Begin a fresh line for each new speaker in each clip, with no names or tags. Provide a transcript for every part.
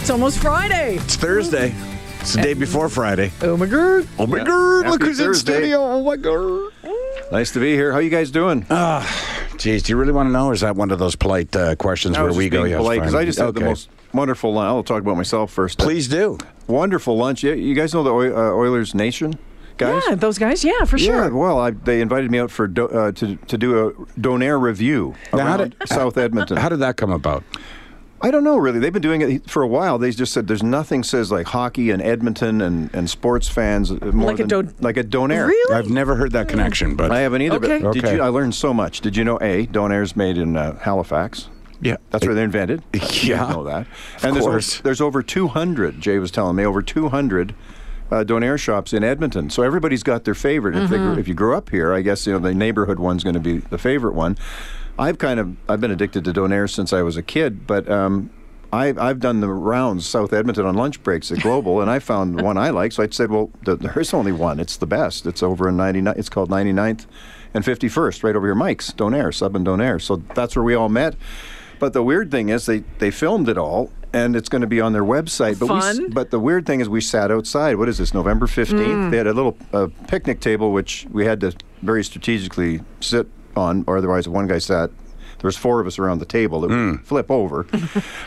It's almost Friday.
It's Thursday. It's the day before Friday.
Oh my god.
Oh my God! Look
Happy
who's in
Thursday.
studio! Oh my God!
Nice to be here. How you guys doing?
Jeez, do you really want to know? Or is that one of those polite uh, questions
I
where
was
we
just
go?
being
"Yeah,
polite because
fine."
I just had the
Okay.
most wonderful. lunch. I'll talk about myself first. Uh,
Please do.
Wonderful lunch. Yeah, you guys know the Oil- uh, Oilers Nation guys.
Yeah, those guys. Yeah, for
Yeah,
sure.
well, I, they invited me out for do, uh, to to do a Donair review
Now, how
around
did-
South Edmonton.
How did that come about?
I don't know really. They've been doing it for a while. They just said there's nothing says like hockey and Edmonton and, and sports fans more
Like a
than-
Don-
like a Donair.
Really?
I've never heard that connection, but
I haven't either.
Okay.
But did
Okay.
you? I learned so much. Did you know? A Donair's made in uh, Halifax.
yeah,
That's where they're invented. You
Yeah.
didn't know that.
Of
And there's
course.
Over, there's over 200. Jay was telling me over 200 uh, Donair shops in Edmonton. So everybody's got their favorite. If, they grew,
Mm-hmm.
if you grew up here, I guess you know the neighborhood one's going to be the favorite one. I've kind of I've been addicted to Donair since I was a kid, but. Um, I, I've done the rounds South Edmonton on lunch breaks at Global, and I found one I like. So I said, "Well, th- there's only one. It's the best. It's over in 99. It's called 99th and 51st, right over here. Mike's Donair, Sub and Donair. So that's where we all met. But the weird thing is they, they filmed it all and it's going to be on their website. But We,
Fun.
s- but the weird thing is we sat outside. What is this? November 15th. They had a little uh, picnic table which we had to very strategically sit on or otherwise one guy sat there was four of us around the table that would flip over.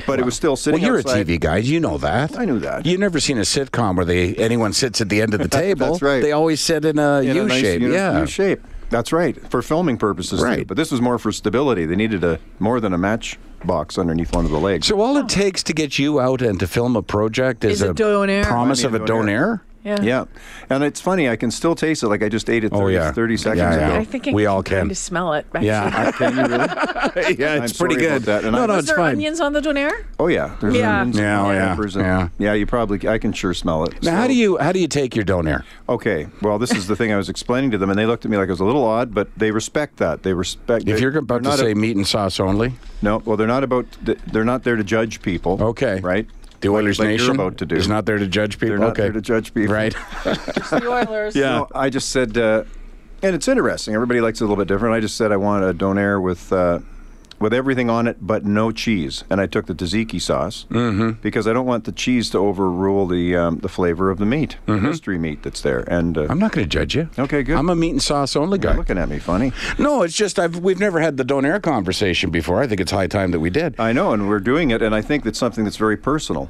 but it was still
Mm. Well,
sitting
you're
outside.
a TV guy. You know that.
I knew that.
You've never seen a sitcom where they anyone sits at the end of the table.
right.
They always sit in a U
in a nice
shape.
uni-
yeah.
U shape. That's right. For filming purposes, too.
Right.
But this was more for stability. They needed a more than a matchbox underneath one of the legs.
So all it takes to get you out and to film a project is,
Is a donair.
promise
I
of
mean,
a donair.
Yeah.
Yeah. And it's funny, I can still taste it like I just ate it 30,
Oh, yeah.
30 seconds
Yeah, yeah.
ago.
I think I
We all
can.
can.
kind of smell it. Actually.
Yeah.
Can you really?
yeah,
I'm sorry about that, and
no,
I-
no,
Was
it's
there
fine.
onions on the donair?
Oh yeah, there's
Yeah.
onions,
Yeah, oh, yeah,
peppers, and-
yeah.
You probably I can sure smell it.
Now, how
so-
do you how do you take your donair?
Okay, well, this is the thing I was explaining to them, and they looked at me like it was a little odd, but they respect that. They respect.
If
they-
you're about
they're
to
not
say
a-
meat and sauce only,
no, well, they're not about. They're not there to judge people.
okay,
right.
The
Like-
Oilers
like
Nation
you're about to do.
is not there to judge people.
They're not
okay.
there to judge people.
Right.
Just the Oilers.
Yeah. I just said, uh, and it's interesting. Everybody likes it a little bit different. I just said I want a donair with uh, with everything on it, but no cheese. And I took the tzatziki sauce
Mm-hmm.
because I don't want the cheese to overrule the um, the flavor of the meat, the mystery meat that's there. And uh,
Mm-hmm. I'm not going to judge you.
Okay, good.
I'm a meat and sauce only
you're
guy.
looking at me funny.
No, it's just I've we've never had the donair conversation before. I think it's high time that we did.
I know, and we're doing it, and I think that's something that's very personal.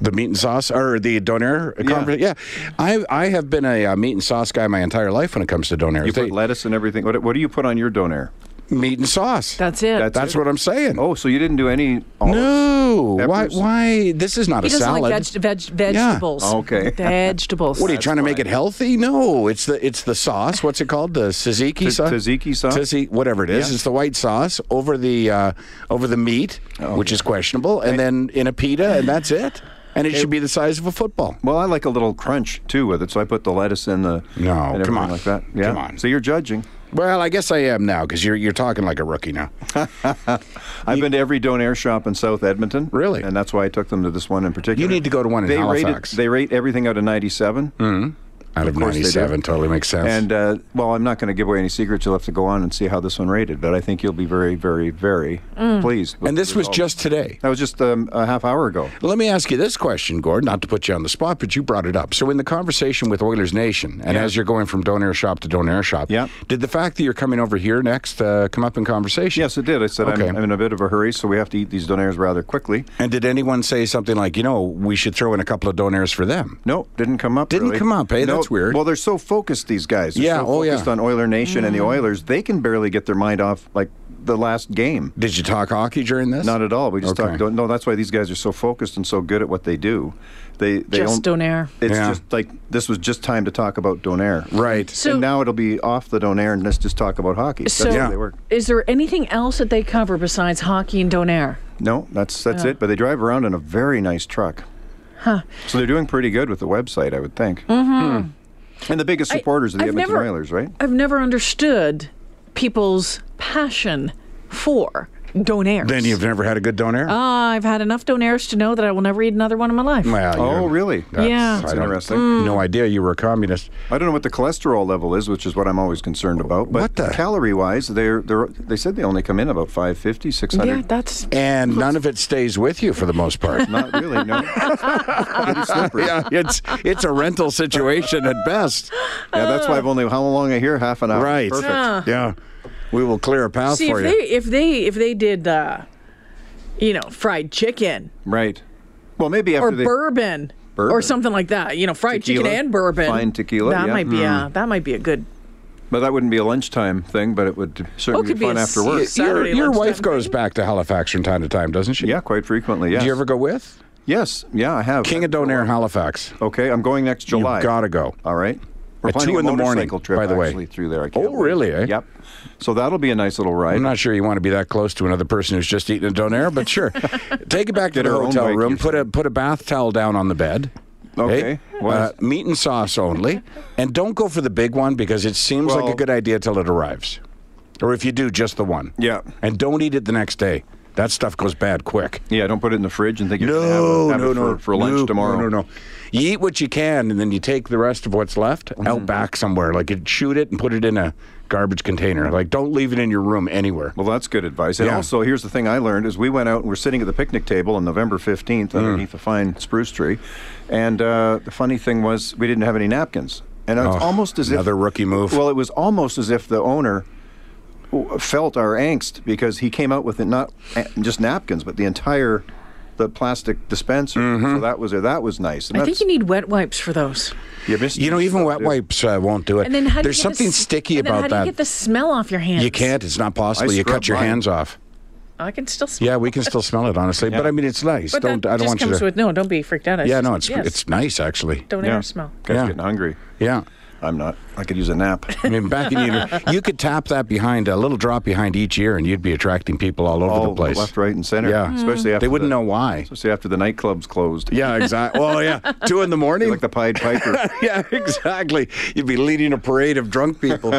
The meat and sauce or the donair conversation. Yeah. I I have been a uh, meat and sauce guy my entire life when it comes to donair.
You put lettuce and everything. What, what do you put on your donair?
meat and sauce.
That's it.
That's-
That's what I'm saying.
Oh, so you didn't do any olives?
no. Why
Peppers.
why this is not
he
a
doesn't
salad.
like veg- veg- vegetables.
Okay.
Vegetables.
What are you trying to make it healthy? No, it's the it's the sauce. What's it called? The tzatziki
T-
sauce.
tzatziki sauce?
Tzatziki, whatever it is,
Yeah.
it's the white sauce over the uh, over the meat,
Oh,
which is questionable, and then in a pita, and that's it. And it should be the size of a football.
Well, I like a little crunch too with it, so I put the lettuce in the
No,
and
come
everything
on.
like that. Yeah.
Come on.
So you're judging.
Well, I guess I am now because you're you're talking like a rookie now.
I've been to every Donair shop in South Edmonton.
Really?
And that's why I took them to this one in particular.
You need to go to one in
they
Halifax. Mm.
Rate it, they rate everything out of 97.
Out of,
course they do.
ninety-seven, totally makes sense.
And, uh, well, I'm not going to give away any secrets. You'll have to go on and see how this one rated, but I think you'll be very, very, very pleased. with
and this
the
was
result.
just today.
That was just um, a half hour ago.
Let me ask you this question, Gord, not to put you on the spot, but you brought it up. So, in the conversation with Oilers Nation, and as you're going from donair shop to donair shop,
Yeah.
did the fact that you're coming over here next uh, come up in conversation?
Yes, it did. I said
Okay.
I'm, I'm in a bit of a hurry, so we have to eat these donairs rather quickly.
And did anyone say something like, you know, we should throw in a couple of donairs for them?
No, didn't come up.
Didn't
really.
come up, eh?
No,
That's weird.
Well, they're so focused. These guys. They're
Yeah,
So
oh, yeah.
focused on Oiler Nation and the Oilers, they can barely get their mind off like the last game.
Did you talk hockey during this?
Not at all. We just
Okay.
talked. No, that's why these guys are so focused and so good at what they do. They they
Just
don't.
donair.
It's
Yeah.
just like this was just time to talk about Donair.
Right.
So-
and now it'll be off the Donair, and let's just talk about hockey. That's
So,
how they work.
is there anything else that they cover besides hockey and donair?
No, that's that's it. But they drive around in a very nice truck. So they're doing pretty good with the website, I would think. Hmm. And the biggest
Mm-hmm. I-
supporters of the
I've
Edmonton
never-
Oilers, right?
I've never understood people's passion for donairs.
Then you've never had a good donair.
I've had enough donairs to know that I will never eat another one in my life.
Well,
Oh,
you're-
really?
that's-
Yeah.
I
That's
don't-
interesting.
Mm.
No idea you were a communist.
I don't know what the cholesterol level is, which is what I'm always concerned about. But
What the-
calorie-wise, they're they're they said they only come in about 550, 600.
yeah, that's
And none of it stays with you for the most part.
Not really, no. Pretty slippery. Yeah.
it's it's a rental situation at best.
that's why I've only how long I hear half an hour.
Right.
Oh, Perfect.
Yeah. We will clear a path
see if
for you.
they if they if they did uh, you know fried chicken
Right. Well, maybe after
or
they
bourbon, or
Bourbon.
something like that. You know, fried
Tequila.
chicken and bourbon.
Fine tequila,
That
yeah.
might be a
Hmm.
that might be a good.
but that wouldn't be a lunchtime thing, but it would certainly
Oh, could be
be fun
a
after
se-
work.
your
Saturday
your
lunchtime
wife goes
thing.
back to Halifax from time to time, doesn't she?
Yeah, quite frequently. Yes.
Do you ever go with?
Yes. Yeah, I have.
King of Donair, Halifax.
Okay, I'm going next July.
You gotta go.
All right. We're
At
planning
two
a
in the morning,
motorcycle trip,
by the way.
actually, through there. I can't
Oh,
wait.
really, eh?
Yep. So that'll be a nice little ride.
I'm not sure you want to be that close to another person who's just eating a donair, but sure. Take it back to
Get
the
her own
hotel
bike,
room.
you're
Put a put a bath towel down on the bed.
Okay,
Eh?
what
Uh,
is-
meat and sauce only, and don't go for the big one because it seems like
Well-
a good idea till it arrives, or if you do, just the one.
Yeah.
And don't eat it the next day. That stuff goes bad quick.
Yeah, don't put it in the fridge and think you're going to have, it for, for lunch
no,
tomorrow.
No, no, no. You eat what you can, and then you take the rest of what's left
Mm-hmm.
out back somewhere. Like, you shoot it and put it in a garbage container. Like, don't leave it in your room anywhere.
Well, that's good advice. And
Yeah.
also, here's the thing I learned is we went out and we're sitting at the picnic table on November 15th
Mm.
underneath a fine spruce tree. And uh, the funny thing was we didn't have any napkins. And it's
Oh,
almost as
another
if
rookie move.
Well, it was almost as if the owner w- felt our angst because he came out with it not a- just napkins, but the entire the plastic dispenser.
Mm-hmm.
So that was that was nice. And
I think
that's-
you need wet wipes for those.
you missed
You know, even wet wipes uh, won't do it.
And then how do
There's
you get the
something
s-
sticky
and then
about
how do you
that.
get the smell off your hands?
You can't. It's not possible. You
scrub
cut your
mine.
hands off.
I can still smell.
Yeah, we can still smell it, honestly. But I mean, it's nice.
But
don't
that
I don't
just
want you
comes
to.
with no. Don't be freaked out.
yeah, no, it's
yes.
it's nice actually.
don't
Yeah.
ever smell.
Guys
Yeah.
getting hungry.
Yeah.
I'm not. I could use a nap.
I mean, back in the you could tap that behind a little drop behind each ear, and you'd be attracting people all over the
All
place.
left, right, and center.
Hmm.
Yeah.
especially after
They wouldn't
the-
know why.
Especially after the nightclubs closed.
Yeah, exactly. Well, yeah, two in the morning.
like the Pied Piper.
yeah, exactly. You'd be leading a parade of drunk people.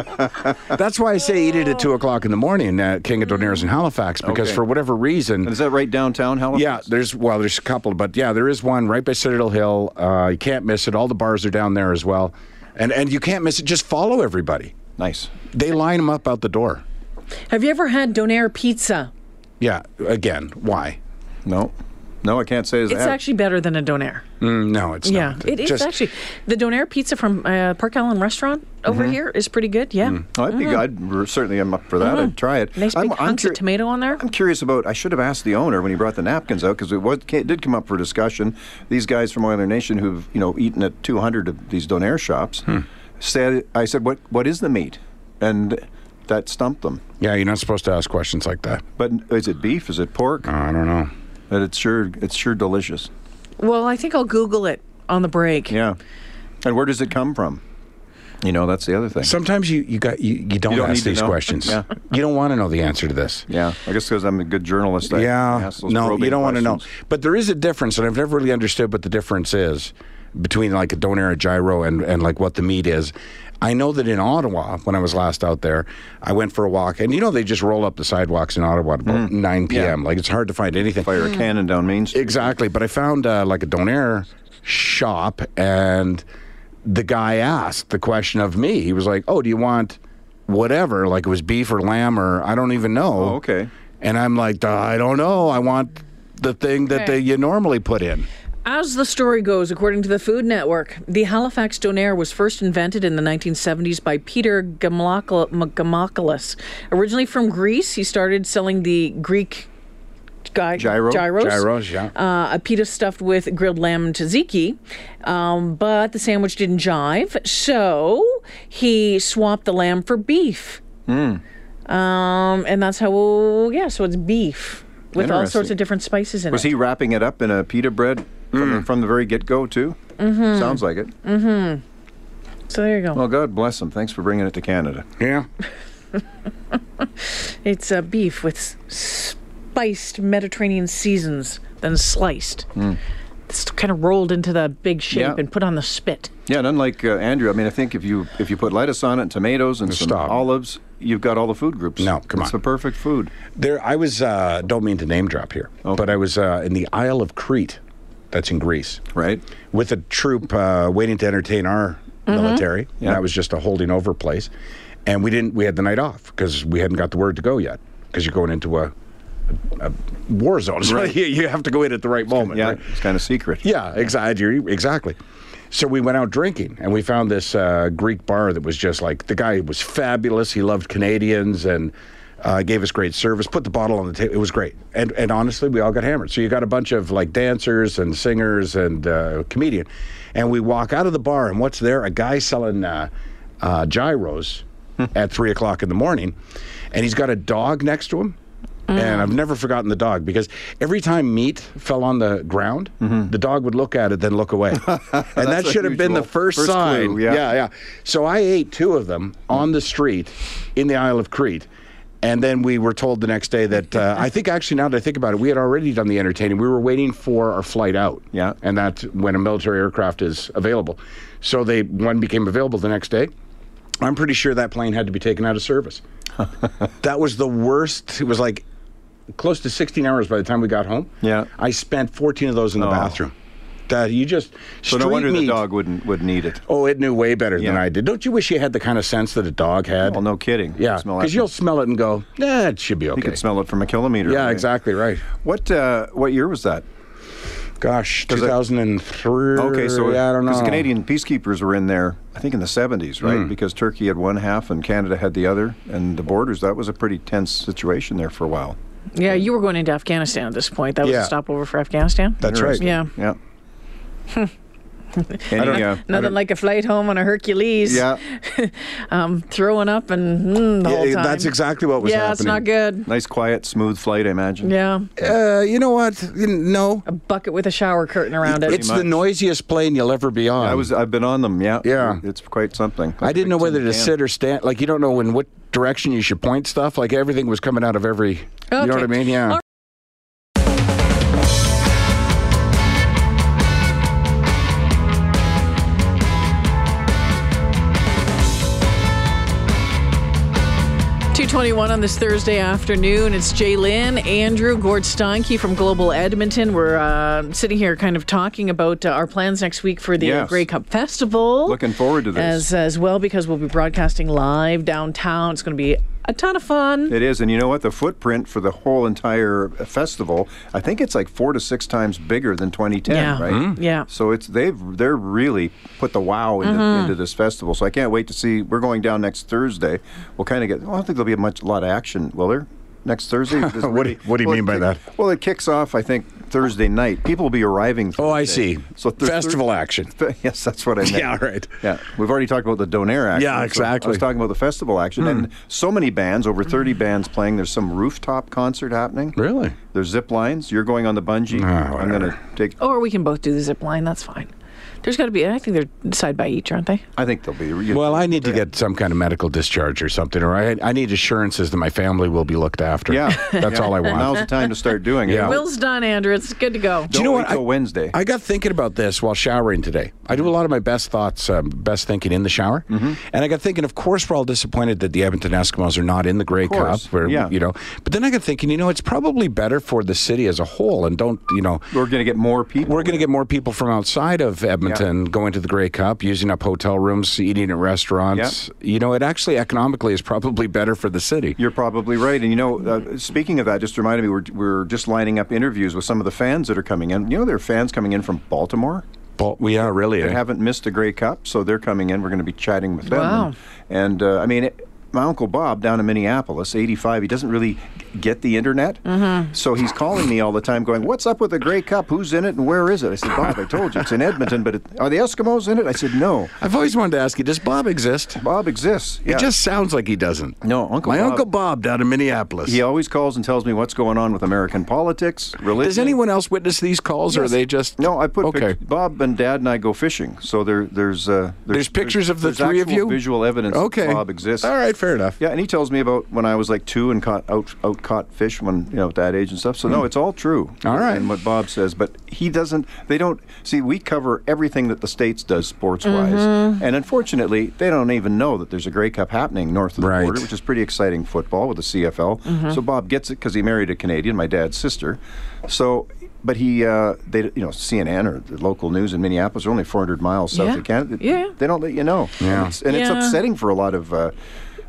That's why I say eat it at two o'clock in the morning at King of Donair's in Halifax, because
Mm. Okay.
for whatever reason,
And is that right downtown Halifax?
Yeah, there's well, there's a couple, but yeah, there is one right by Citadel Hill. Uh, you can't miss it. All the bars are down there as well, and and you can't miss it. Just follow everybody.
Nice.
They line them up out the door.
Have you ever had Donair pizza?
Yeah, again, why?
No. No, I can't say as
It's
I have.
actually better than a Donair.
Mm, no, it's
Yeah,
not.
it is
Just-
actually the Donair pizza from uh, Park Allen Restaurant over here is pretty good. Yeah,
Oh, I'd be good. I'd, certainly, I'm up for that. I'd try it.
Uh-huh. nice
I'm,
big hunks
curi-
of tomato on there.
I'm curious about. I should have asked the owner when he brought the napkins out because it, was- it did come up for discussion. These guys from Oiler Nation who've you know eaten at 200 of these donair shops
Hmm.
said, "I said, what what is the meat?" And that stumped them.
Yeah, you're not supposed to ask questions like that.
But is it beef? Is it pork?
Uh, I don't know.
But it's sure it's sure delicious.
Well, I think I'll Google it on the break.
Yeah. And where does it come from? You know, that's the other thing.
Sometimes you you got you, you don't,
You don't need
ask
to
these
know.
questions.
Yeah.
You don't want to know the answer to this.
yeah, I guess because I'm a good journalist. I
yeah,
ask those
no,
probing
you don't want to know.
questions.
But there is a difference, and I've never really understood what the difference is between like a donair, a gyro, and and like what the meat is. I know that in Ottawa, when I was last out there, I went for a walk, and you know they just roll up the sidewalks in Ottawa at
Mm.
about 9 p.m. Like it's hard to find anything.
Fire a cannon down Main Street.
Exactly, but I found uh, like a donair shop, and the guy asked the question of me. He was like, "Oh, do you want whatever? Like it was beef or lamb or I don't even know."
Oh, okay.
And I'm like, "Uh, I don't know. I want the thing that they, you normally put in.
As the story goes, according to the Food Network, the Halifax Donair was first invented in the 1970s by Peter Gamalakal- M- Gamakopoulos. Originally from Greece, he started selling the Greek guy,
Gyro?
gyros.
Gyros, yeah.
Uh, a pita stuffed with grilled lamb and tzatziki, um, but the sandwich didn't jive, so he swapped the lamb for beef. Um, and that's how, yeah, so it's beef with all sorts
Interesting.
of different spices in
Was
it.
he wrapping it up in a pita bread from,
Mm.
the, from the very get go, too? Mm-hmm. Sounds like it.
so there you go.
Well, God bless him. Thanks for bringing it to Canada.
Yeah,
It's uh, beef
Mm.
with s- spiced Mediterranean seasons, then sliced. it's kind of rolled into the big shape
Yeah.
and put on the spit.
Yeah, and unlike uh, Andrew, I mean, I think if you if you put lettuce on it, and tomatoes, and some
Stop.
olives, you've got all the food groups.
No, come
it's
on.
the perfect food.
There, I was. Uh, don't mean to name drop here, but I was uh, in the Isle of Crete, that's in Greece,
Right.
with a troop uh, waiting to entertain our military.
Mm-hmm. Yeah.
That was just a holding over place, and we didn't. We had the night off because we hadn't got the word to go yet. Because you're going into a, a, a war zone, so
Right.
you, you have to go in at the right moment.
Yeah,
right?
it's kind of secret.
Yeah, exactly. e, Exactly. So we went out drinking, and we found this uh, Greek bar that was just like the guy was fabulous. He loved Canadians and uh, gave us great service. Put the bottle on the table. It was great, and and honestly, we all got hammered. So you got a bunch of like dancers and singers and uh, comedian, and we walk out of the bar, and what's there? A guy selling uh, uh, gyros at three o'clock in the morning, and he's got a dog next to him. And I've never forgotten the dog because every time meat fell on the ground, the dog would look at it, then look away. and that
Mm-hmm. a
should have
huge
been the
role.
first,
First
sign.
clue, yeah. Mm-hmm.
yeah, So I ate two of them on the street in the Isle of Crete. And then we were told the next day that uh, I think actually now that I think about it, we had already done the entertaining. We were waiting for our flight out.
Yeah.
And that's when a military aircraft is available. So they one became available the next day. I'm pretty sure that plane had to be taken out of service. that was the worst. It was like close to 16 hours by the time we got home.
Yeah.
I spent 14 of those in the
Oh.
bathroom. That you just
So no
street
wonder the
meat-
dog wouldn't wouldn't eat it.
Oh, it knew way better than
Yeah.
I did. Don't you wish you had the kind of sense that a dog had?
Well, no kidding.
Yeah,
Smell
because
that.
you'll smell it and go, "Nah, it should be okay."
You could smell it from a kilometer.
yeah,
away.
exactly right.
What uh, what year was that?
Gosh,
I-
2003.
Okay, so
Er, yeah, I don't know. Hmm.
Because the Canadian peacekeepers were in there, I think in the 70s, right? Because Turkey had one half and Canada had the other, and the borders. That was a pretty tense situation there for a while.
Yeah, you were going into Afghanistan at this point. That was
Yeah.
a stopover for Afghanistan.
That's right.
Interesting.
Yeah.
Yeah. Any, uh,
Nothing like a flight home on a Hercules.
yeah,
Um, throwing up and mm, the whole
Yeah,
time.
that's exactly what was
Yeah,
happening.
it's not good.
nice, quiet, smooth flight, I imagine.
Yeah.
Uh, you know what? You kn- No,
A bucket with a shower curtain around it.
it's the
much.
noisiest plane you'll ever be on.
I was. I've been on them. Yeah.
Yeah.
It's quite something.
I didn't know whether to sit or stand. Like you don't know in what direction you should point stuff. Like everything was coming out of every. You
Okay.
know what I mean? Yeah.
All Two twenty-one on this Thursday afternoon. It's Jay Lynn, Andrew Gord Steinke from Global Edmonton. We're uh, sitting here, kind of talking about uh, our plans next week for the
Yes.
Grey Cup Festival.
Looking forward to this.
as as well because we'll be broadcasting live downtown. It's going to be a ton of fun.
It is, and you know what? The footprint for the whole entire festival, I think it's like four to six times bigger than 2010,
Yeah.
right?
Mhm. Yeah. Mm-hmm.
So it's they've they're really put the wow into, into this festival. So I can't wait to see. We're going down next Thursday. We'll kind of get. Well, I don't think there'll be much a lot of action, will there? Next Thursday. There's
What do-
really-
what do you
well, it
mean by
kick-
that?
Well, it kicks off, I think, Thursday night. People will be arriving.
Oh, I
Thursday.
see.
So Thur-
Festival action.
Fe- Yes, that's what I meant.
Yeah, all right.
Yeah, we've already talked about the Donair action.
Yeah,
so
exactly.
I was talking about the festival action,
Hmm.
and so many bands, over 30 bands playing. There's some rooftop concert happening.
Really? Ah,
There's zip lines. You're going on the bungee. I'm going to take.
Or we can both do the zip line. That's fine. There's got to be. I think they're side by each, aren't they?
I think there'll be. You,
Well, I need to get some kind of medical discharge or something, or I, I need assurances that my family will be looked after.
yeah,
that's
Yeah.
all I want.
Now's the time to start doing
Yeah.
it.
Well,
Will's done, Andrew. It's good to go.
Don't
you know
wait
what?
till
I-
Wednesday.
I got thinking about this while showering today. I do a lot of my best thoughts, um, best thinking in the shower,
Mm-hmm.
and I got thinking. Of course, we're all disappointed that the Edmonton Eskimos are not in the Grey Cup.
course,
Where,
yeah.
You know, but then I got thinking. You know, it's probably better for the city as a whole, and don't you know.
We're going to get more people.
We're going to get more people from outside of Edmonton going to the Grey Cup, using up hotel rooms, eating at restaurants. You know, it actually economically is probably better for the city.
You're probably right. And you know, uh, speaking of that, just reminded me, we're, we're just lining up interviews with some of the fans that are coming in. You know, there are fans coming in from Baltimore.
But we are really.
They
eh?
haven't missed a Grey Cup, so they're coming in. We're going to be chatting with them.
Wow.
And, and, uh, I mean, it, my uncle Bob down in Minneapolis, 85, he doesn't really get the internet. So he's calling me all the time, going, "What's up with the Grey Cup? Who's in it, and where is it?" I said, "Bob, I told you it's in Edmonton, but it, are the Eskimos in it?" I said, "No,
I've always wanted to ask you: Does Bob exist?
Bob exists."
It
Yeah.
just sounds like he doesn't.
No, Uncle
My
Bob-
Uncle Bob down in Minneapolis.
he always calls and tells me what's going on with American politics, religion.
Does anyone else witness these calls, or are
Yes.
they just
No, I put
okay.
pict- Bob and Dad and I go fishing, so there, there's, uh,
There's pictures of the
there's
three of
actual
you?
Visual evidence.
Okay,
that Bob exists.
All right, fair enough.
Yeah, and he tells me about when I was like two and caught out out caught fish when you know at that age and stuff. So no, it's all true.
Hmm. All right.
and what Bob says, but he doesn't. They don't see. We cover everything that the states does sports wise,
Mm-hmm.
and unfortunately, they don't even know that there's a Grey Cup happening north of the
Right. Mm-hmm.
border, which is pretty exciting football with the CFL. So Bob gets it because he married a Canadian, my dad's sister. So. But he, uh, they, you know, CNN or the local news in Minneapolis are only 400 miles south
Yeah.
of Canada.
Yeah.
They don't let you know.
Yeah.
And it's, and it's
Yeah.
upsetting for a lot of uh,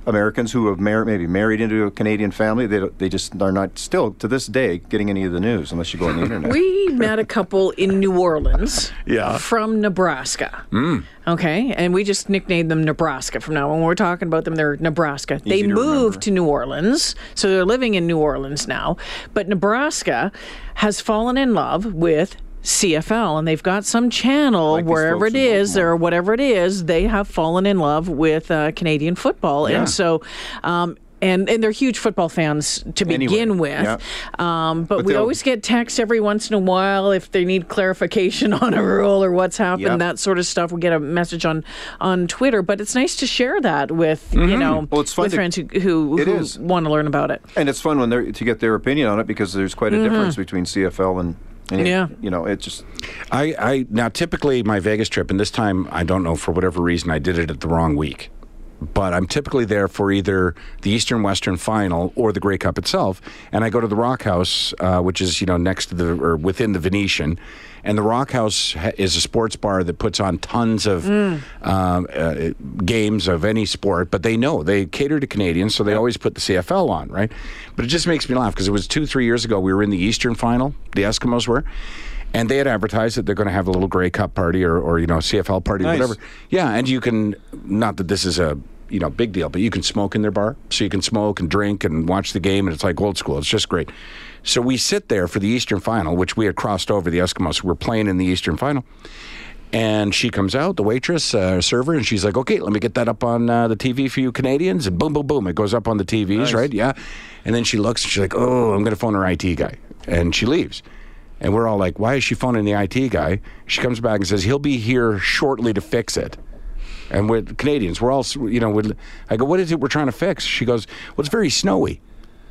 Americans who have mar- maybe married into a Canadian family. They, don't- they just are not still to this day getting any of the news unless you go on the internet.
We met a couple in New Orleans.
Yeah.
From Nebraska. Mm. Okay. And we just nicknamed them Nebraska from now on. When we're talking about them, they're Nebraska. they
to
moved
remember.
to New Orleans. So they're living in New Orleans now. But Nebraska has fallen in love with. CFL and they've got some channel
Like these
wherever
folks
it
in
is
Baltimore.
or whatever it is they have fallen in love with uh, Canadian football
Yeah.
and so um, and and they're huge football fans to
Anyway,
begin with
yeah.
um, but, we
they'll-
always get texts every once in a while if they need clarification on a rule or what's happened,
Yeah.
that sort of stuff. We get a message on on Twitter, but it's nice to share that with you know
Mm-hmm. Well, it's fun
with
to-
friends who who,
It
who
is.
want to learn about it.
And it's fun when they're, to get their opinion on it because there's quite a difference between CFL and, and
Mm-hmm. Yeah.
you know, it just
I, I now typically my Vegas trip, and this time I don't know for whatever reason I did it at the wrong week. But I'm typically there for either the Eastern Western Final or the Grey Cup itself, and I go to the Rock House, uh, which is you know next to the or within the Venetian, and the Rock House ha- is a sports bar that puts on tons of um, uh, games of any sport. But they know they cater to Canadians, so they always put the CFL on, right? But it just makes me laugh because it was two three years ago we were in the Eastern Final, the Eskimos were, and they had advertised that they're going to have a little Grey Cup party or, or you know CFL party,
Nice.
whatever. Yeah, and you can not that this is a you know big deal, but you can smoke in their bar, so you can smoke and drink and watch the game, and it's like old school. It's just great. So we sit there for the Eastern Final, which we had crossed over the Eskimos. We're playing in the Eastern Final. And she comes out, the waitress, uh, server, and she's like, "Okay, let me get that up on uh, the TV for you Canadians." And boom, boom, boom, it goes up on the TVs, right? Yeah. And then she looks, and she's like, "Oh, I'm gonna phone her IT guy," and she leaves. And we're all like, "Why is she phoning the IT guy?" She comes back and says, "He'll be here shortly to fix it." And we're Canadians. We're all, s- you know, we're, I go, "What is it we're trying to fix?" She goes, "Well, it's very snowy."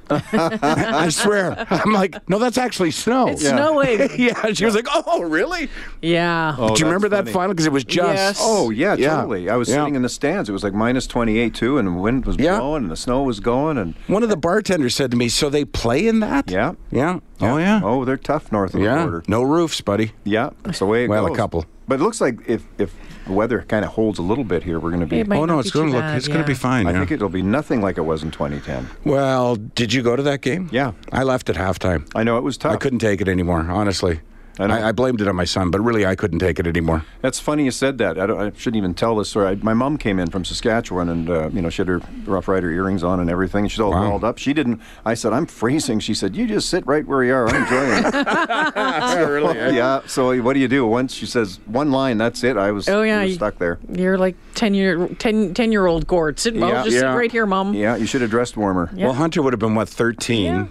I swear. I'm like, "No, that's actually snow."
It's snowing.
yeah. She was like, "Oh, really?"
yeah.
Oh,
Do you
that's
remember that
funny.
final? Because it was just.
Yes.
Oh yeah, totally. I was
Yeah.
sitting in the stands. It was like minus twenty eight too, and the wind was
Yeah.
blowing, and the snow was going, and
One of the bartenders said to me, "So they play in that?"
Yeah.
Yeah. Oh yeah.
oh, they're tough north of the
yeah.
border.
No roofs, buddy.
Yeah, that's the way it
Well, a
goes.
couple.
But it looks like if if the weather kind of holds a little bit here, we're going to be.
It might
oh no,
not
it's
be too
going to look.
bad,
It's going
yeah.
to be fine.
I
yeah.
think it'll be nothing like it was in 2010.
well, did you go to that game?
Yeah.
I left at halftime.
I know it was tough.
I couldn't take it anymore. Honestly,
I know.
I, I blamed it on my son, but really, I couldn't take it anymore.
That's funny you said that. I, don't, I shouldn't even tell this story. I, my mom came in from Saskatchewan, and uh, you know she had her Rough Rider earrings on and everything. She's all
Wow.
dolled up. She didn't. I said, "I'm freezing." She said, "You just sit right where you are. I'm enjoying." it."
really?
yeah. So what do you do? Once she says one line, that's it. I was.
Oh, yeah,
we were
you-
stuck there.
You're like 10 year 10, 10 year old Gord. Sit, well,
Yeah.
just
Yeah.
sit right here, mom.
Yeah, you should have dressed warmer.
Yeah.
Well, Hunter would have been what thirteen,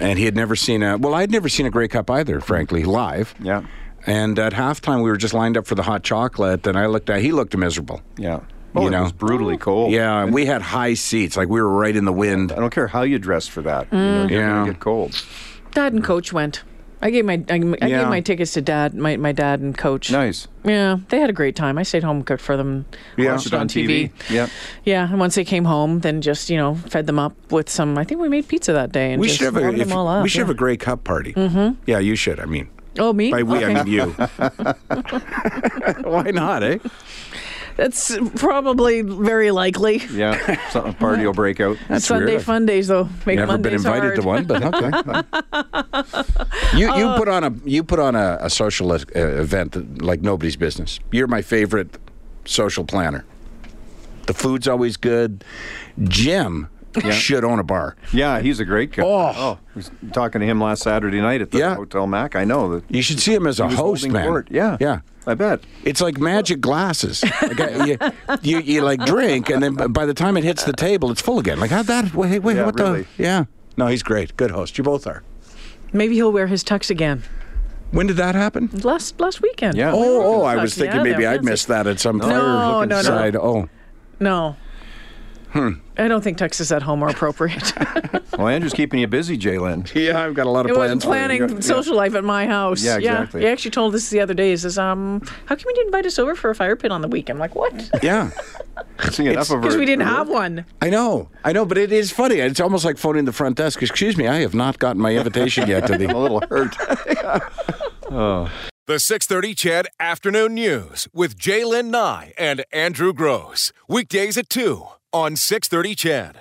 and he had never seen a. Well, I'd never seen a Grey Cup either, frankly, live.
Yeah.
And at halftime, we were just lined up for the hot chocolate, and I looked at. He looked miserable.
Yeah.
You
Oh, it
know.
was brutally cold.
Yeah, and we had high seats. Like we were right in the wind.
I don't care how you dress for that. You know, you're
Yeah.
gonna get cold.
Dad and coach went. I gave my I, I
Yeah.
gave my tickets to dad, my, my dad and coach.
Nice.
Yeah, they had a great time. I stayed home, cooked for them,
Yeah.
watched it
Watched
on TV.
Yeah.
Yeah, and once they came home, then just you know fed them up with some. I think we made pizza that day, and
We
just
should have a
warmed
if-
them all up.
we should
yeah.
have a Grey Cup party. Mm-hmm. Yeah, you should. I mean,
Oh me?
by we
Okay.
I mean you. Why not, eh?
That's probably very likely.
Yeah. Something party will break out.
Sunday
weird.
fun days though make
Never
Mondays
been invited
hard.
to one, but okay. you you
Uh,
put on a you put on a, a social uh, event that, like nobody's business. You're my favorite social planner. The food's always good. Jim should own a bar.
Yeah, he's a great guy.
Oh.
I was talking to him last Saturday night at the
Yeah.
Hotel Mac. I know that.
You should see him as a
he was
host,
holding
man.
court. Yeah.
yeah.
I bet.
It's like magic glasses. Like, uh, you, you, you like drink, and then b- by the time it hits the table, it's full again. Like how that? Wait, wait,
Yeah,
what
really.
the? Yeah. No, he's great. Good host. You both are.
Maybe he'll wear his tux again.
When did that happen?
Last last weekend.
Yeah.
We were
Oh, oh
in
I
tux.
was thinking
Yeah,
maybe
there
I'd
was.
missed that at some
no,
fire-looking
no, no.
side. Oh,
No, I don't think Texas at home are appropriate.
Well, Andrew's keeping you busy, Jalen.
Yeah, I've got a lot of
it
plans.
wasn't
for you.
planning
You got-
social life at my house.
Yeah, exactly.
He actually told us the other day. He says, um, how come you didn't invite us over for a fire pit on the week? I'm like, what?
Yeah.
Seeing enough of her.
Because we didn't
her
have one.
I know, I know, but it is funny. It's almost like phoning the front desk. Excuse me, I have not gotten my invitation yet to
I'm a
the.
little hurt.
The 630 Chad Afternoon News with Jaylen Nye and Andrew Gross. Weekdays at 2 on 630 Chad.